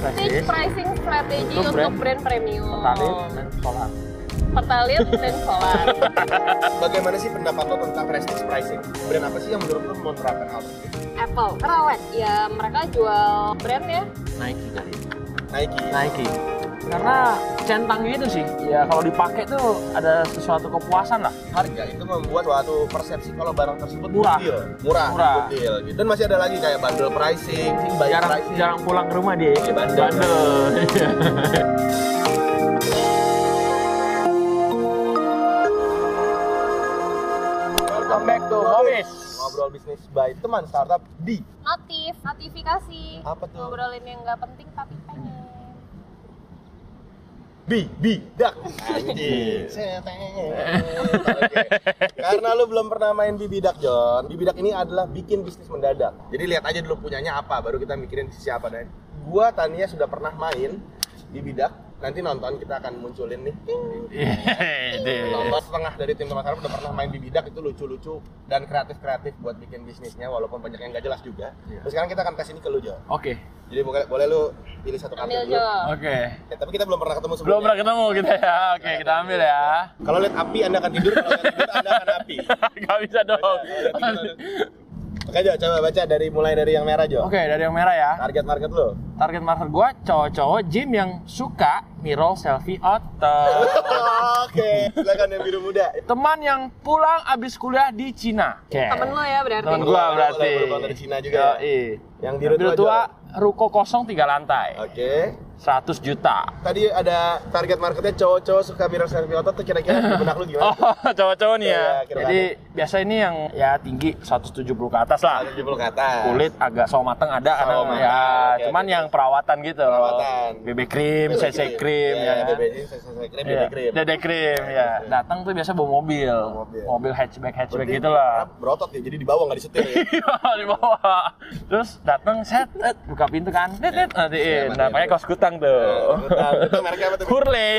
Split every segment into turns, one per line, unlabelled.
pricing strategy
Untuk
untuk
brand
brand, premium.
Pertalite
Oh.
dan solar.
Pertalite dan solar.
Bagaimana sih pendapat lo tentang restless pricing? Brand apa sih yang menurut lo mau menerapkan hal tersebut?
Apple, kerawat. Ya mereka jual brand ya.
Nike kali.
Nike.
Nike. Karena centangnya itu sih, ya kalau dipakai tuh ada sesuatu kepuasan lah.
Harga itu membuat suatu persepsi kalau barang tersebut
Murah.
good deal. murah,
Murah.
good deal. Gitu. Dan masih ada lagi kayak bundle pricing, buy
Jarang,
pricing.
jarang pulang ke rumah dia.
Iya, bandel.
Iya.
Welcome back to
Hobbies.
Ngobrol bisnis by teman startup di
Notif, notifikasi.
Apa tuh?
Ngobrolin yang nggak penting tapi pengen.
Bi, bi, dak. Anjing. Oke. Karena lu belum pernah main bibidak, Jon. Bibidak ini adalah bikin bisnis mendadak. Jadi lihat aja dulu punyanya apa, baru kita mikirin bisnis apa dan gua Tania sudah pernah main bibidak. Nanti nonton kita akan munculin nih.
Iya,
Nonton setengah dari tim teman Sarap udah pernah main bibidak itu lucu-lucu dan kreatif-kreatif buat bikin bisnisnya walaupun banyak yang gak jelas juga. Terus sekarang kita akan kasih ini ke lu, Jon.
Oke,
Jadi boleh, boleh lu pilih satu
Ambil
kata dulu.
Jo.
oke.
Ya, tapi kita belum pernah ketemu sebelumnya.
Belum pernah ketemu kita ya. Oke, kita ambil ya.
Kalau lihat api Anda akan tidur, kalau lihat tidur Anda akan api.
Gak bisa dong.
Oke, Jo, coba baca dari mulai dari yang merah, Jo.
Oke, dari yang merah ya.
Target market lo.
Target market gua cowok-cowok gym yang suka mirror selfie otot.
Oke, silakan yang biru muda.
Teman yang pulang abis kuliah di Cina. Oke.
Temen lo ya berarti.
Temen gua
Iya,
berarti.
Pulang dari Cina juga ya?
Yoi.
Yang biru tua,
ruko kosong tiga lantai.
Oke.
100 juta.
Tadi ada target marketnya cowok-cowok suka mirror selfie otot tuh kira-kira di benak lu
Oh,
gimana?
cowok-cowok nih ya.
Iya, kira-kira.
Jadi biasa ini yang ya tinggi 170 ke atas lah.
70 ke atas.
Kulit agak sawo mateng ada karena
Sawo mateng,
ya,
oke,
cuman
oke.
yang perawatan gitu.
Perawatan.
BB krim, CC krim ya.
BB krim, CC krim, BB krim.
Dede krim ya. Datang tuh biasa bawa mobil.
mobil.
Mobil hatchback hatchback
Berarti
gitu lah.
Berotot ya, jadi di bawah nggak disetir ya.
Iya, di bawah. Terus datang set, set, buka pintu kan. Net, net,
Iya,
nantiin.
iya,
Nah,
iya.
pakai kaos kutang tuh.
Itu mereknya apa tuh?
Hurley.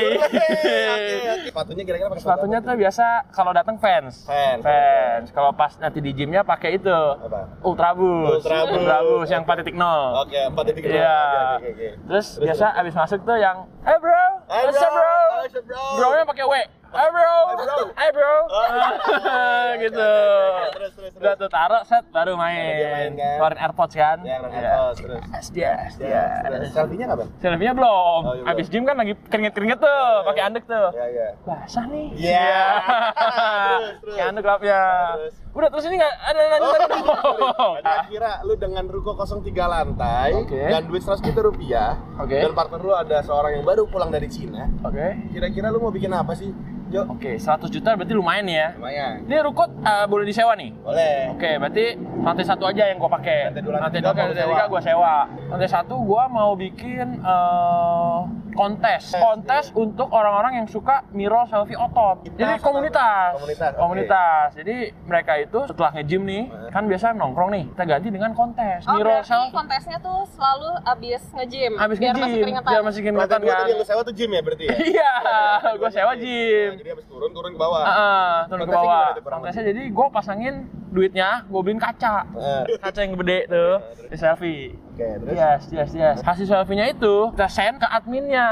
Oke, oke. Sepatunya kira-kira pakai sepatu
Sepatunya
apa
tuh biasa kalau datang fans.
Fans.
Fans. Kalau pas nanti di gymnya pakai itu.
Apa?
Ultrabus.
Ultrabus.
yang 4.0.
Oke, empat detik doang.
Iya.
Oke, oke, oke.
Terus, biasa abis masuk tuh yang, hey bro,
Hey,
what's up
bro?
bro?
What's up, bro?"
nya pakai W. Hey bro,
Hey, bro.
hey bro,
Oh, oke,
gitu.
oke, oke. Terus, terus, terus.
Udah tuh taruh set baru
Baru main,
main.
kan?
Keluarin AirPods kan?
Ya,
Iya.
yeah. terus.
Yes, yes,
Ya,
yes.
terus. selfie-nya nggak, Bang?
Selfie-nya belum.
Oh, iya, belum.
Abis gym kan lagi keringet-keringet tuh, pakai andek tuh.
Ya, ya.
Basah nih.
Iya. Terus, terus.
Iya. Andek klubnya.
Terus. Oh,
Udah terus ini nggak ada lanjut lagi dong.
Tadi Kira lu dengan ruko 03 lantai
Oke.
dan duit 100 juta rupiah
Oke.
dan partner lu ada seorang yang baru pulang dari Cina.
Oke.
Kira-kira lu mau bikin apa sih, Jo?
Oke, 100 juta berarti lumayan ya.
Lumayan.
Ini ruko eh, boleh disewa nih.
Boleh.
Oke, berarti lantai satu aja yang gua pakai.
Lantai dua, lantai
dua,
tiga
lantai
mau
tiga
sewa.
gua sewa. Lantai satu gua mau bikin eh, kontes, kontes untuk orang-orang yang suka mirror selfie otot.
Kita
Jadi
suka-
komunitas,
komunitas, oke.
Komunitas. Jadi mereka itu setelah nge-gym nih,
Eh.
kan biasa nongkrong nih, kita ganti dengan kontes,
Oh,
mirror
berarti
selfie.
kontesnya tuh selalu abis nge-gym.
Abis
biar
nge-gym,
masih keringetan.
biar masih
Lantai
keringetan
dua
kan.
tadi yang lu sewa tuh gym ya berarti ya?
Iya,
Lantai
gua
duanya
sewa
gym.
gym.
Nah, jadi habis turun turun ke bawah.
Ah, ah, turun ke
Kontesnya
bawah.
gimana tuh, kurang
Kontesnya jadi gua pasangin duitnya, gua beliin kaca.
Eh,
Kaca yang gede tuh, di selfie.
Oke, Iya, terus
Yes, yes, yes. Hasil selfie-nya itu kita send ke adminnya.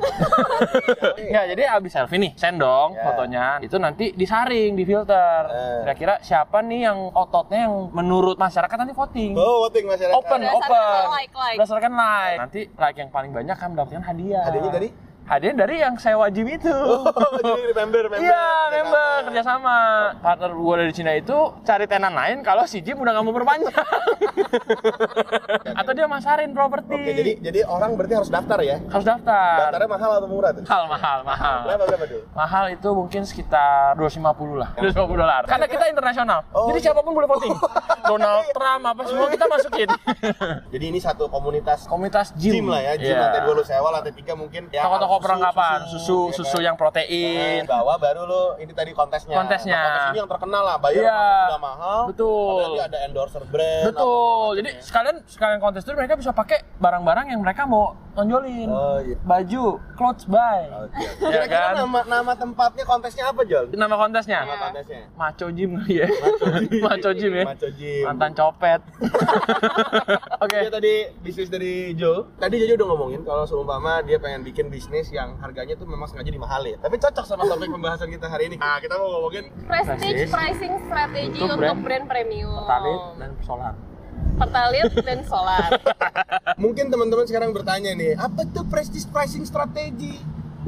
Ya, jadi abis selfie nih, send dong
Ya.
fotonya. Itu nanti disaring, difilter.
Eh.
Kira-kira siapa nih yang ototnya yang menurut masyarakat nanti voting.
Oh, voting masyarakat.
Open,
Berdasarkan
open.
like, like.
Berdasarkan like. Nanti like yang paling banyak akan mendapatkan hadiah.
Hadiahnya dari? Oh.
Hadiahnya dari yang saya wajib itu.
jadi member, member.
Iya, member
Kerjasama.
kerjasama. Partner gua dari Cina itu cari tenan lain kalau si Jim udah nggak mau perpanjang. Atau dia masarin properti.
Oke, jadi jadi orang berarti harus daftar ya.
harus daftar.
Daftarnya mahal atau murah tuh?
Mahal, mahal, mahal.
Berapa berapa tuh?
Mahal itu mungkin sekitar 250 lah. 250 dolar. Karena kita internasional.
Oh,
jadi
iya.
siapapun boleh voting. Donald Trump apa semua kita masukin.
Jadi ini satu komunitas
Komunitas gym.
gym lah ya, gym
Iya.
lantai dua lu sewa, lantai tiga mungkin ya
Toko-toko
susu,
perlengkapan, susu,
ya
susu
kan?
yang protein.
Nah, bawah baru lu ini tadi kontesnya.
Kontesnya.
Nah, kontes ini yang terkenal lah, bayar
Iya.
udah mahal.
Betul.
Apalagi ada endorser brand.
Betul. Jadi sekalian sekalian kontes itu mereka bisa pakai barang-barang yang mereka mau eh, nonjolin.
Oh iya. Oh,
Baju, clothes by.
Oke.
Ya
Kira-kira
kan?
nama Iya. nama tempatnya kontesnya apa, Jol?
Nama kontesnya?
Nama kontesnya.
Maco Gym kali ya. Maco Gym ya.
Maco Gym.
Mantan copet. Oke.
Iya tadi bisnis dari Jo. Tadi Jojo udah ngomongin kalau seumpama dia pengen bikin bisnis yang harganya tuh memang sengaja dimahalin. Tapi cocok sama topik pembahasan kita hari ini. Nah, kita mau ngomongin
Prestige
Prestige.
pricing strategy
Untuk
untuk,
brand-
brand, premium.
Talit dan solar.
Pertalit dan solar.
mungkin teman-teman sekarang bertanya nih, apa tuh prestige pricing strategy?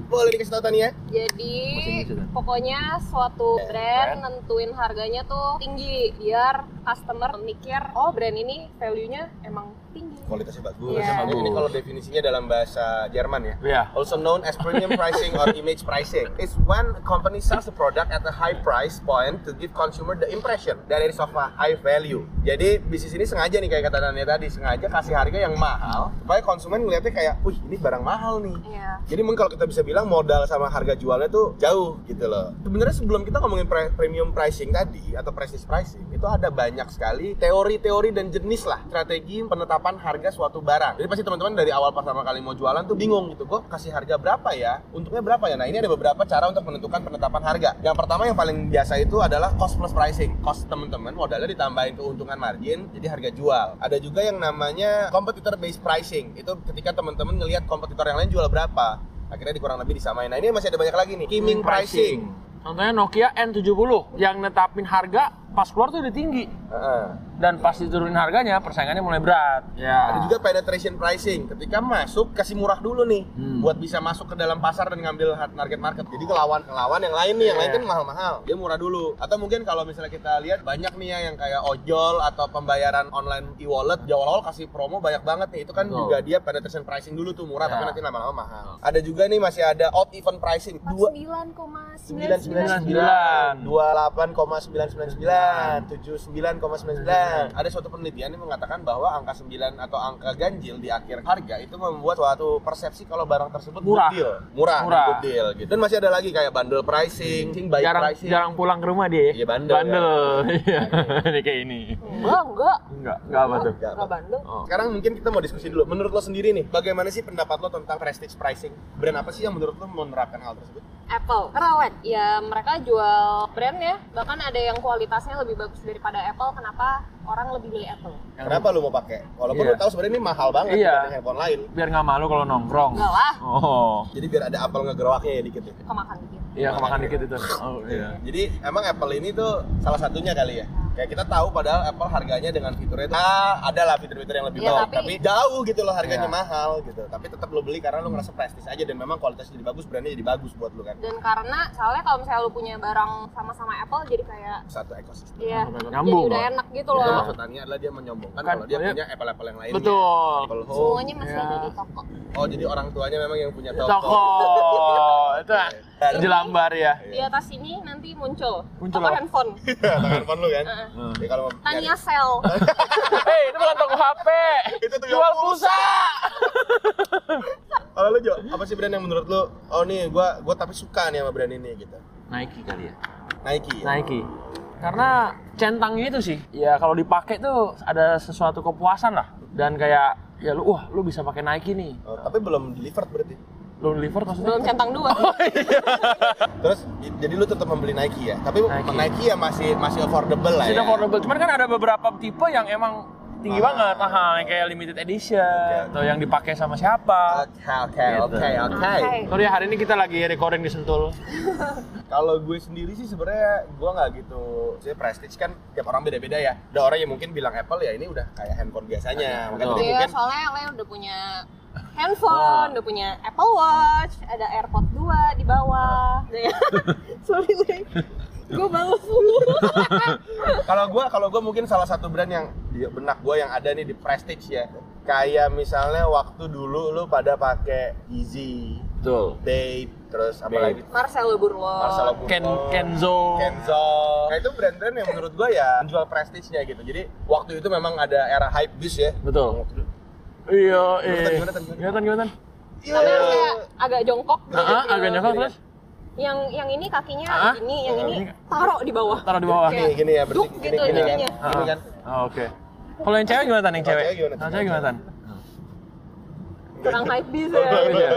Boleh dikasih tahu Tania?
Jadi
Pusing gitu.
pokoknya suatu
Brand.
brand nentuin harganya tuh tinggi biar customer mikir oh brand ini value-nya emang tinggi.
Kualitasnya bagus.
Kualitasnya
Ini- Ini
bagus.
kalau definisinya dalam bahasa Jerman ya.
Iya.
Also known as premium pricing or image pricing, is when a company sells a product at a high price point to give consumer the impression that it is of a high value. Jadi bisnis ini sengaja nih kayak kata Nania tadi, sengaja kasih harga yang mahal supaya konsumen ngeliatnya kayak, wih ini barang mahal nih.
Iya.
Jadi mungkin kalau kita bisa bilang modal sama harga jualnya tuh jauh gitu loh. Sebenarnya sebelum kita ngomongin pre- premium pricing tadi atau prestige pricing, itu ada banyak sekali teori-teori dan jenis lah strategi penetapan harga suatu barang. Jadi pasti teman-teman dari awal pertama kali mau jualan tuh bingung gitu, gue kasih harga berapa ya? Untungnya berapa ya? Nah ini ada beberapa cara untuk menentukan penetapan harga. Yang pertama yang paling biasa itu adalah cost plus pricing. Cost teman-teman modalnya ditambahin keuntungan margin, jadi harga jual. Ada juga yang namanya competitor based pricing. Itu ketika teman-teman ngelihat kompetitor yang lain jual berapa, akhirnya dikurang lebih disamain. Nah ini masih ada banyak lagi nih. Kiming pricing.
Contohnya Nokia N70 yang netapin harga pas keluar tuh udah tinggi
Heeh.
dan pas diturunin harganya persaingannya mulai berat.
Iya. Ada
Ya.
juga penetration pricing. Ketika masuk kasih murah dulu nih,
Hmm.
buat bisa masuk ke dalam pasar dan ngambil har- target market. Jadi kelawan kelawan yang lain nih, yang
Iya.
lain kan mahal-mahal. Dia murah dulu. Atau mungkin kalau misalnya kita lihat banyak nih ya yang kayak ojol atau pembayaran online e-wallet, di awal-awal kasih promo banyak banget nih. Itu kan
Betul.
juga dia penetration pricing dulu tuh murah, tapi
Ya.
nanti lama-lama mahal. Ada juga nih masih ada out event pricing. Dua
9,999.
999
Hmm.
29,999 79,99 ada suatu penelitian yang mengatakan bahwa angka 9 atau angka ganjil di akhir harga itu membuat suatu persepsi kalau barang tersebut
Murah.
good deal. murah,
Murah. Hmm.
good deal gitu. Dan masih ada lagi kayak bundle pricing, buy
Jarang
pricing.
jarang pulang ke rumah dia. ya.
Iya, bandel.
Iya. Ini kayak ini.
Enggak, enggak.
Enggak, enggak apa tuh.
Enggak,
Enggak bandel.
Oh.
Sekarang mungkin kita mau diskusi dulu. Menurut lo sendiri nih, bagaimana sih pendapat lo tentang prestige pricing? Brand apa sih yang menurut lo menerapkan hal tersebut?
Apple kerawat ya mereka jual brand ya bahkan ada yang kualitasnya lebih bagus daripada Apple kenapa orang lebih milih Apple
Kenapa lo mau pakai? Walaupun
Iya.
lo tahu sebenarnya ini mahal banget
Iya.
dibanding handphone lain.
Biar nggak malu kalau nongkrong.
enggak lah
Oh.
Jadi biar ada apel ngegerowaknya ya dikit ya.
kemakan dikit
Iya, kemakan dikit itu. Oh, iya.
Jadi emang Apple ini tuh salah satunya kali ya. Kayak kita tahu padahal Apple harganya dengan fiturnya nah, ada lah fitur-fitur yang lebih
Iya,
baik, tapi,
tapi-
jauh gitu loh harganya
Iya.
mahal gitu. Tapi tetap lo beli karena lo ngerasa prestis aja dan memang kualitasnya jadi bagus, brandnya jadi bagus buat lo kan.
dan karena soalnya kalau misalnya lu punya barang sama-sama Apple jadi kayak
Satu ekosistem.
ya jadi
Nyambung,
udah
loh.
enak gitu
Itu
loh
maksudnya adalah dia menyombongkan
Kan,
kalau dia
soalnya-
punya Apple-Apple yang lainnya.
Betul.
Apple Home.
semuanya masih
Ya.
ada di toko
Oh, jadi orang tuanya memang yang punya toko.
Toko. Itu ah, jelambar ya.
di atas ini nanti muncul,
Muncul
toko
apa?
handphone
Telepon lo kan.
Heeh.
Jadi kalau mau
Tania Sale
Hei, itu bukan toko HP.
Itu tuh
Jual pulsa.
Kalau lo Jo, apa sih brand yang menurut lo? Oh nih, gua gua tapi suka nih sama brand ini gitu.
Nike kali ya.
Nike. ya?
Nike. Karena centangnya itu sih, ya kalau dipakai tuh ada sesuatu kepuasan lah. Dan kayak ya lu wah lu bisa pakai Nike nih.
Oh, tapi belum delivered berarti.
Lu deliver maksudnya?
belum centang dua
Terus i- jadi lu tetap membeli Nike ya. Tapi
Nike.
Nike, ya masih masih affordable lah
Masih
ya.
affordable. Cuman kan ada beberapa tipe yang emang tinggi
Ah.
banget mahal Iya. yang kayak limited edition atau yang dipakai sama siapa.
Oke oke
Gitu.
oke oke.
Oke.
Sorry ya, hari ini kita lagi recording di Sentul.
Kalau gue sendiri sih sebenarnya gue nggak gitu. Saya prestige kan tiap orang beda-beda ya. Ada orang yang mungkin bilang Apple ya ini udah kayak handphone biasanya. Makanya
betul.
tadi
Iya,
mungkin
soalnya Lea udah punya handphone, udah punya Apple Watch, ada AirPod 2 di bawah.
Iya.
Sorry, Lea. Gue bawa mulu.
kalau gue kalau gue mungkin salah satu brand yang di benak gue yang ada nih di prestige ya. Kayak misalnya waktu dulu lu pada pakai Yeezy,
Betul.
Babe, terus apa
Babe.
lagi?
Marcelo Burlo.
Marcelo
Ken
Ken
Kenzo.
Kenzo. Nah itu brand-brand yang menurut gue ya menjual prestisnya gitu. Jadi waktu itu memang ada era hype bis ya.
Betul. Iya,
Gimana,
eh.
gimana, gimana?
Gimana Nah, gimana?
Tapi harus Iya.
Iya,
kayak agak jongkok gitu.
Heeh, Ah, agak nyokap terus
Yang yang ini kakinya
Ah?
gini, yang ini
Ini-
taruh di bawah.
taruh di bawah.
Gini, gini ya, berarti
Duk
gini,
gitu
gini, kan.
jadinya.
Ah.
Gini kan.
Ah, Oke. Kalau yang cewek gimana tan? Yang
Kalau
cewek?
cewek gimana, Tan?
Kalau cewek gimana tan?
kurang hype bis ya
Iya.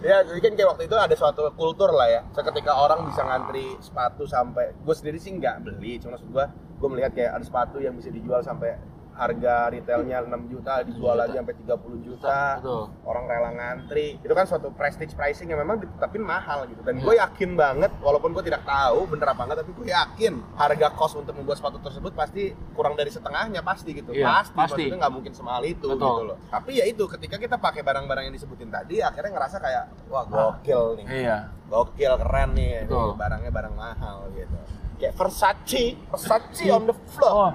Ya, kan. jadi kan kayak waktu itu ada suatu kultur lah ya. Seketika orang bisa ngantri sepatu sampai gue sendiri sih nggak beli, cuma maksud gue gue melihat kayak ada sepatu yang bisa dijual sampai harga retailnya 6 juta dijual lagi sampai 30 juta.
Betul.
Orang rela ngantri. Itu kan suatu prestige pricing yang memang ditetapin mahal gitu.
Iya.
Dan gue yakin banget walaupun gue tidak tahu bener apa enggak tapi gue yakin harga kos untuk membuat sepatu tersebut pasti kurang dari setengahnya pasti gitu.
Iya,
pasti,
pasti.
maksudnya nggak mungkin semahal itu
Betul.
gitu loh. Tapi ya itu ketika kita pakai barang-barang yang disebutin tadi akhirnya ngerasa kayak wah gokil nih.
Ah. Iya.
Gokil keren nih.
Betul.
Barangnya barang mahal gitu. Kayak Versace, Versace on the floor.
Oh. Iya.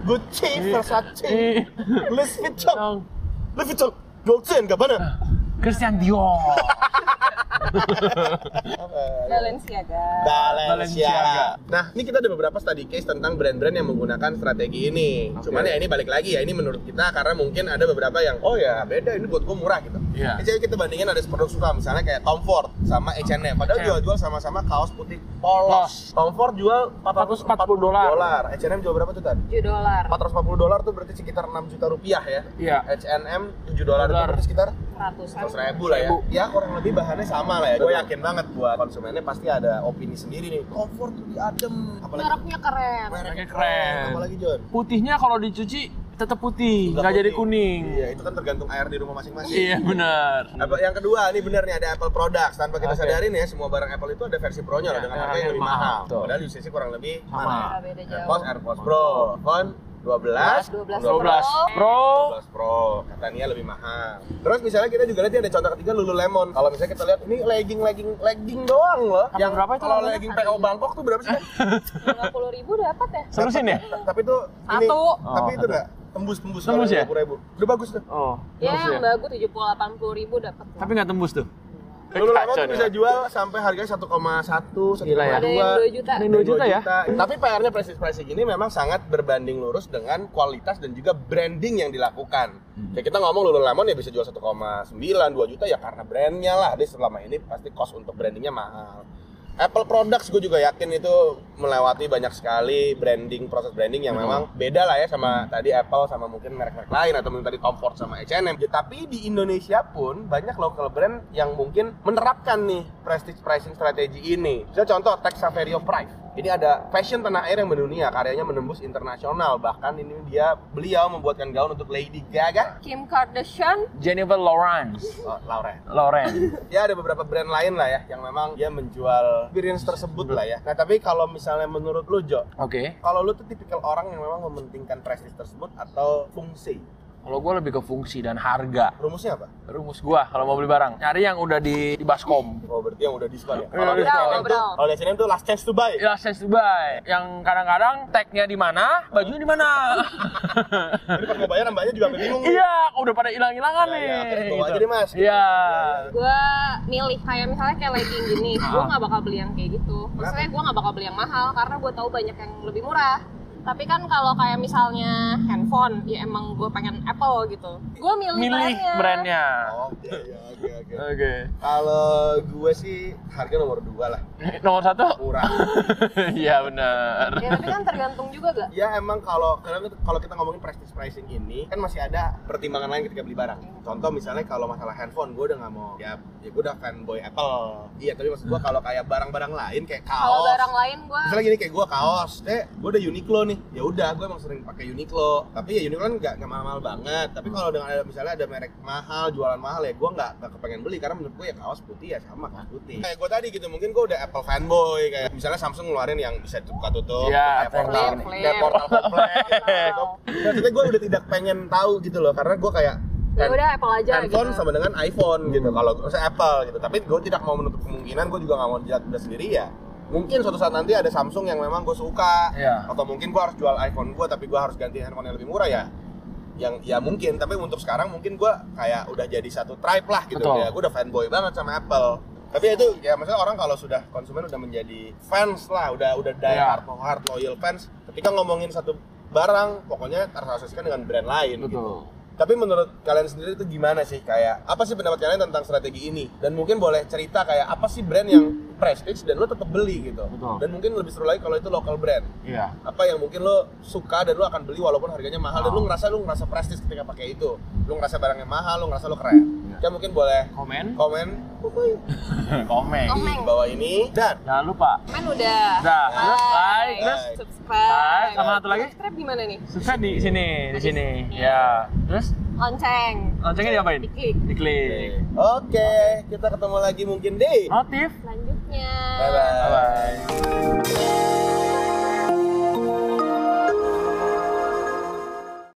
Gucci, Versace,
Ih.
Louis Vuitton,
Dong.
Louis Vuitton, Dolce and Gabbana.
Christian Dior.
Balenciaga
Balenciaga.
Balenciaga.
Nah, ini kita ada beberapa study case tentang brand-brand yang menggunakan strategi ini.
Oke.
Cuman ya ini balik lagi ya, ini menurut kita karena mungkin ada beberapa yang oh ya beda ini buat gue murah gitu.
Iya.
Eh, Jadi kita bandingin ada produk suka misalnya kayak Tom Ford sama H&M. Padahal
H&M.
jual-jual sama-sama kaos putih polos.
Polos.
Tom Ford jual 440
440 dolar.
dolar. H&M jual berapa tuh kan?
7 dolar
440 dolar tuh berarti sekitar 6 juta rupiah ya.
Iya.
H&M 7 dolar itu
Dolar.
berarti sekitar
100
100 ribu lah ya
Seribu.
ya kurang lebih bahannya sama lah ya gue
Betul.
yakin banget buat konsumennya pasti ada opini sendiri nih comfort lebih adem apalagi
mereknya keren
Mereknya keren.
apalagi John
Putihnya kalau dicuci tetap putih, nggak jadi kuning.
iya itu kan tergantung air di rumah masing-masing
Iya benar.
Apa, yang kedua ini benar nih ada Apple Products tanpa kita
Oke.
sadarin ya semua barang Apple itu ada versi Pro-nya loh
Iya,
dengan
iya,
harga yang
iya,
lebih
mahal.
mahal.
Betul.
Padahal usage kurang lebih
Sama.
mana?
Beda jauh.
AirPods, AirPods Pro, iPhone 12,
12
12 Pro.
12 Pro katanya lebih mahal. Terus misalnya kita juga lihat ini ada contoh ketiga Lululemon. Kalau misalnya kita lihat ini legging legging legging doang loh.
Apa berapa itu
kalau
namanya?
legging PO Bangkok tuh berapa sih?
50 ribu dapat ya
Serusin ya?
Tapi itu ini
Satu.
tapi
Oh,
itu
satu.
enggak tembus-tembus
Tembus ya?
Ribu. Udah bagus tuh.
Oh.
ya
bagus
yang bagus 70 80 ribu dapat
Tapi nggak tembus tuh.
Lululemon
Kacau
tuh
nih.
bisa jual sampai harganya 1,1, 1,2.
Gila ya.
ada yang 2 juta
Ada yang 2 juta ya?
Tapi PR-nya pricing-pricing ini memang sangat berbanding lurus dengan kualitas dan juga branding yang dilakukan.
Hmm.
Kayak kita ngomong Lululemon ya bisa jual 1,9, 2 juta ya karena brandnya lah. Dia selama ini pasti cost untuk brandingnya mahal. Apple Products gue juga yakin itu melewati banyak sekali branding proses branding yang memang beda lah ya sama tadi Apple sama mungkin merek-merek lain atau mungkin tadi Tom Ford sama H&M. Ya, tapi di Indonesia pun banyak local brand yang mungkin menerapkan nih prestige pricing strategi ini. Misal contoh Tech Saverio Price. Ini ada fashion tanah air yang mendunia, karyanya menembus internasional. Bahkan ini dia beliau membuatkan gaun untuk Lady Gaga.
Kim Kardashian
Jennifer Lawrence.
Oh, Laura.
Lawrence.
ya ada beberapa brand lain lah ya yang memang dia menjual experience tersebut lah ya nah tapi kalau misalnya menurut lu Jo
Oke.
kalau lu tuh tipikal orang yang memang mementingkan prestis tersebut atau fungsi
Kalau gue lebih ke fungsi dan harga.
rumusnya apa?
Rumus gua kalau mau beli barang, nyari yang udah di, di baskom.
oh berarti yang udah diskon ya?
Iya,
kalau di
iya,
H&M
iya.
tuh kalau di H&M tuh last chance to buy
Ya, sense to buy. Yang kadang-kadang tagnya di mana, bajunya di mana.
jadi pas mau bayar mbaknya juga sampai bingung nih.
iya, udah pada hilang-hilangan
Ya,
nih.
ya, akhirnya bawa
Gitu.
aja deh, Mas.
Iya.
gue milih kayak misalnya kayak legging gini gue nggak bakal beli yang kayak gitu maksudnya gue nggak bakal beli yang mahal karena gue tahu banyak yang lebih murah tapi kan kalau kayak misalnya handphone ya emang gue pengen Apple gitu gue milih,
Milih brandnya.
oke ya, oke oke
Oke.
kalau gue sih harga nomor dua lah
Nomor satu?
murah
Iya benar.
ya tapi kan tergantung juga gak
Ya emang kalau karena kita- kalau kita ngomongin prestige pricing ini kan masih ada pertimbangan lain ketika beli barang. Contoh misalnya kalau masalah handphone, gue udah nggak mau ya, ya gue udah fanboy Apple. Iya tapi maksud gue kalau kayak barang-barang lain kayak kaos.
Hmm. kalau barang lain gue
Misalnya gini kayak gue kaos, eh gue udah Uniqlo nih, ya udah gue emang sering pakai Uniqlo. Tapi ya Uniqlo kan nggak nggak mahal-mahal banget. Tapi kalau dengan ada misalnya ada merek mahal, jualan mahal ya gue nggak nggak kepengen beli karena menurut gue ya kaos putih ya sama kaos putih. Kayak gue tadi gitu mungkin gue udah Apple fanboy kayak misalnya Samsung ngeluarin yang bisa buka tutup,
Iya,
kayak portal,
flare, flare.
kayak portal komplek. gitu. Maksudnya gue udah tidak pengen tahu gitu loh karena gue kayak
ya udah Apple aja
handphone
gitu.
sama dengan iPhone gitu kalau saya Apple gitu tapi gue tidak mau menutup kemungkinan gue juga nggak mau jilat udah sendiri ya mungkin suatu saat nanti ada Samsung yang memang gue suka
Iya.
atau mungkin gue harus jual iPhone gue tapi gue harus ganti handphone yang lebih murah ya yang ya mungkin tapi untuk sekarang mungkin gue kayak udah jadi satu tribe lah gitu
Betul.
ya gue udah fanboy banget sama Apple tapi itu ya maksudnya orang kalau sudah konsumen udah menjadi fans lah udah udah die
Iya.
hard, hard loyal fans ketika ngomongin satu barang pokoknya harus asosiasikan dengan brand lain gitu
Betul.
Tapi menurut kalian sendiri itu gimana sih kayak apa sih pendapat kalian tentang strategi ini? Dan mungkin boleh cerita kayak apa sih brand yang prestige dan lo tetap beli gitu.
Betul.
Dan mungkin lebih seru lagi kalau itu local brand.
Iya.
Apa yang mungkin lo suka dan lo akan beli walaupun harganya mahal dan lo ngerasa lo ngerasa prestige ketika pakai itu. Lo ngerasa barangnya mahal, lo ngerasa lo keren. Ya mungkin boleh
Komen.
komen
Komeng.
di
Komeng.
bawah ini dan
Jangan lupa.
Komen udah.
Udah.
Like,
Like, terus?
subscribe.
Like, sama satu lagi?
Subscribe gimana nih?
Subscribe di sini, di sini. Ya. Terus
Lonceng.
loncengnya diapain?
Diklik.
Diklik.
Oke, kita ketemu lagi mungkin deh.
Notif.
Selanjutnya.
Bye bye.
Bye.